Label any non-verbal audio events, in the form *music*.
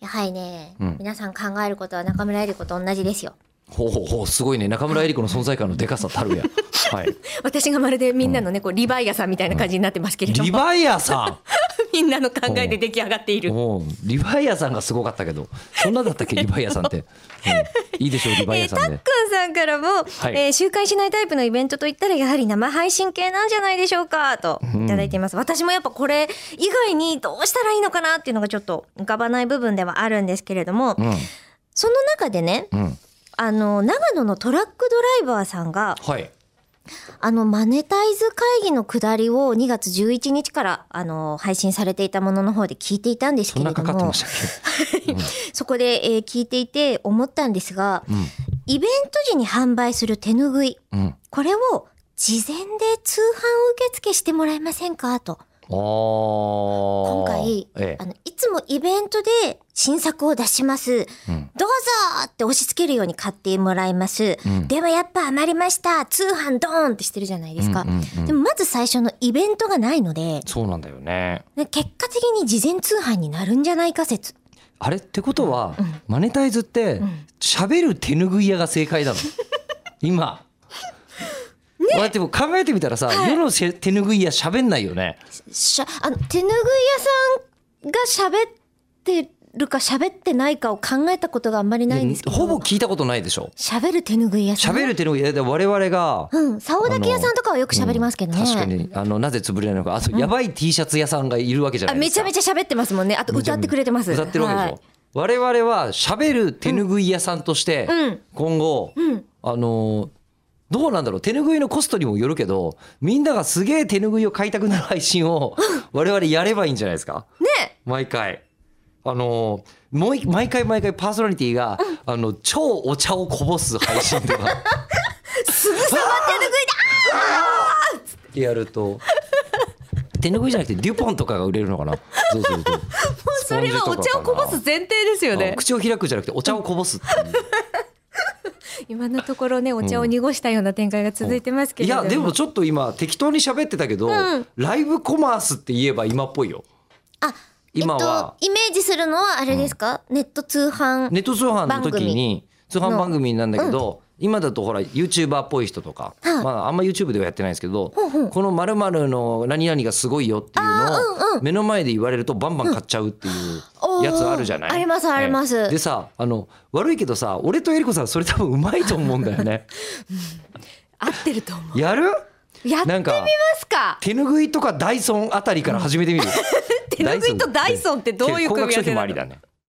やはりね、うん皆さん考えることは中村えり子と同じですよ。ほうほうほうすごいね中村江里子の存在感のでかさたるやはい私がまるでみんなのね、こうリバイアさんみたいな感じになってますけれど *laughs* リも、バイアさみんなの考えで出来上がってい *laughs* んる。もうリバイアさんがすごかったけどそんなだったっけリバイアさんって、うんいいでしょうリバイえアー、たさっんくんで、さんからも、いえー周回しないタイプのイベントといったらやはり生配信系なんじゃないでしょうかといただいています、私もやっぱこれ以外にどうしたらいいのかなっていうのがちょっと浮かばない部分ではあるんですけれども、その中でねうんうんあの長野のトラックドライバーさんがはいあのマネタイズ会議の下りを2月11日からあの配信されていたものの方で聞いていたんですそけんれなどかかってもましたっそこで、えー聞いていて思ったんですが、んイベント時に販売する手ぬぐいけ、うん、あこれを事前で通販受付してもらえませんかと今今回、えあのいつもイベントで新作を出します、うんどうぞって押し付けるように買ってもらいます、んでもやっぱ余りました通販ドーンってしてるじゃないですか、うんうんうんでもまず最初のイベントがないのでえそうなんだよねで結果的に事前通販になるんじゃないか説あれってことは、マネタイズって喋る手ぬぐい屋が正解 *laughs* だの今こうやっても考えてみたらさ、世のせ手ぬぐい屋喋んないよねしゃあの手ぬぐい屋さんが喋ってるか喋ってないかを考えたことがあんまりないんですけどほぼ聞いたことないでしょ喋る手ぬぐい屋さん喋る手ぬぐい屋で我々が、うん、竿だけ屋さんとかはよく喋りますけどね。確かにあのなぜ潰れないのかあとやばい T シャツ屋さんがいるわけじゃなあいでめすちかゃめちゃ喋ってますもんね。あと歌ってくれてます。歌ってるわけでしょ、はい我々は喋る手ぬぐい屋さんとしてうん今後、うんあのーどうなんだろう手ぬぐいのコストにもよるけどみんながすげえ手ぬぐいを買いたくなる配信を我々やればいいんじゃないですかね毎回。あのーもうい毎回毎回パーソナリティが、あの超お茶をこぼす配信とかすぐさま手ぬぐいやると手ぬぐいじゃなくてデュポンとかが売れるのかなそうするとだ。それはお茶をこぼす前提ですよね。口を開くじゃなくてお茶をこぼすっていう今のところね、お茶を濁したような展開が続いてますけいれども。やでもちょっと今適当に喋ってたけど、んライブコマースって言えば今っぽいよあ、今はえっと、イメージするのはあれですか、ネット通販。ネット通販の時に通販番組なんだけど、今だとほら YouTuber っぽい人とか、はいまあ、あんま YouTube ではやってないんですけど、ほうほうこの〇〇の何々がすごいよっていうのを目の前で言われるとバンバン買っちゃうっていうやつあるじゃない、うんおーありますありますねでさあの悪いけどさ俺とえりこさんそれ多分うまいと思うんだ *laughs* よね合ってると思う。やるやってなみまんかすか。手ぬ *laughs* ぐいとかダイソンあたりから始めてみる手ぬぐいとダイソンってどういう組み合わせなの高額商品もありだね